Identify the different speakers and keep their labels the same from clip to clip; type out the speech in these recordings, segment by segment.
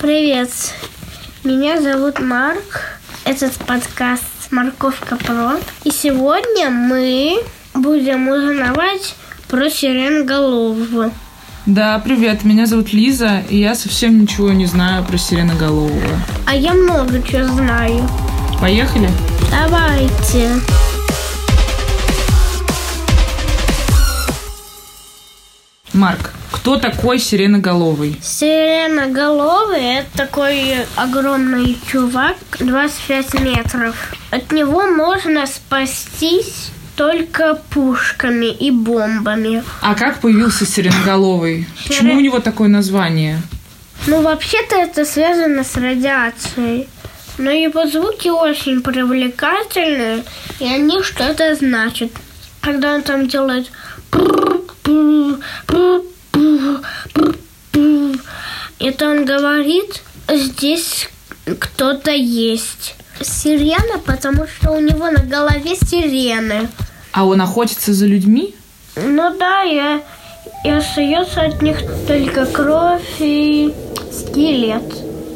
Speaker 1: Привет. Меня зовут Марк. Этот подкаст «Морковка Про». И сегодня мы будем узнавать про сиреноголового.
Speaker 2: Да, привет, меня зовут Лиза, и я совсем ничего не знаю про сиреноголового.
Speaker 1: А я много чего знаю.
Speaker 2: Поехали?
Speaker 1: Давайте.
Speaker 2: Марк, кто такой сиреноголовый?
Speaker 1: Сиреноголовый – это такой огромный чувак, 25 метров. От него можно спастись только пушками и бомбами.
Speaker 2: А как появился сиреноголовый? Почему у него такое название?
Speaker 1: Ну, вообще-то это связано с радиацией. Но его звуки очень привлекательные, и они что-то значат. Когда он там делает это он говорит, здесь кто-то есть. Сирена, потому что у него на голове сирены.
Speaker 2: А он охотится за людьми?
Speaker 1: Ну да, я, и остается от них только кровь и скелет.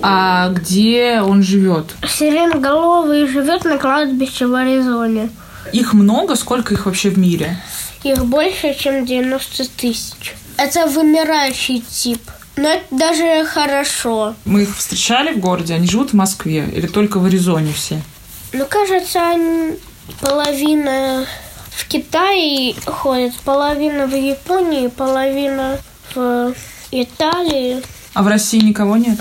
Speaker 2: А где он живет?
Speaker 1: Сиреноголовый живет на кладбище в Аризоне.
Speaker 2: Их много? Сколько их вообще в мире?
Speaker 1: Их больше, чем 90 тысяч. Это вымирающий тип. Но это даже хорошо.
Speaker 2: Мы их встречали в городе, они живут в Москве или только в Аризоне все?
Speaker 1: Ну, кажется, они- половина в Китае ходит, половина в Японии, половина в Италии.
Speaker 2: А в России никого нет?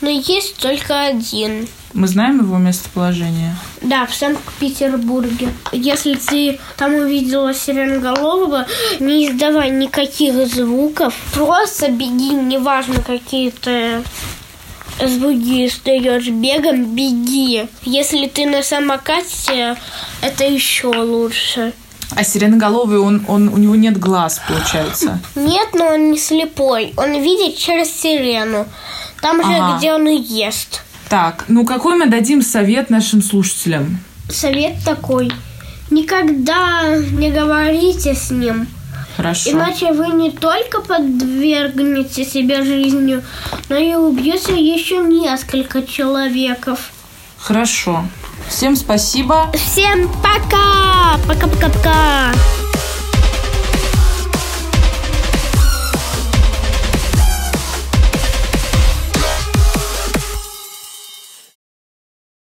Speaker 1: Но есть только один.
Speaker 2: Мы знаем его местоположение?
Speaker 1: Да, в Санкт-Петербурге. Если ты там увидела сиреноголового, не издавай никаких звуков. Просто беги, неважно, какие ты звуки издаешь бегом, беги. Если ты на самокате, это еще лучше.
Speaker 2: А сиреноголовый, он, он, у него нет глаз, получается.
Speaker 1: Нет, но он не слепой. Он видит через сирену. Там же,
Speaker 2: Ага.
Speaker 1: где он и ест.
Speaker 2: Так, ну какой мы дадим совет нашим слушателям?
Speaker 1: Совет такой. Никогда не говорите с ним.
Speaker 2: Хорошо.
Speaker 1: Иначе вы не только подвергнете себя жизнью, но и убьете еще несколько человеков.
Speaker 2: Хорошо. Всем спасибо.
Speaker 1: Всем пока! Пока-пока-пока!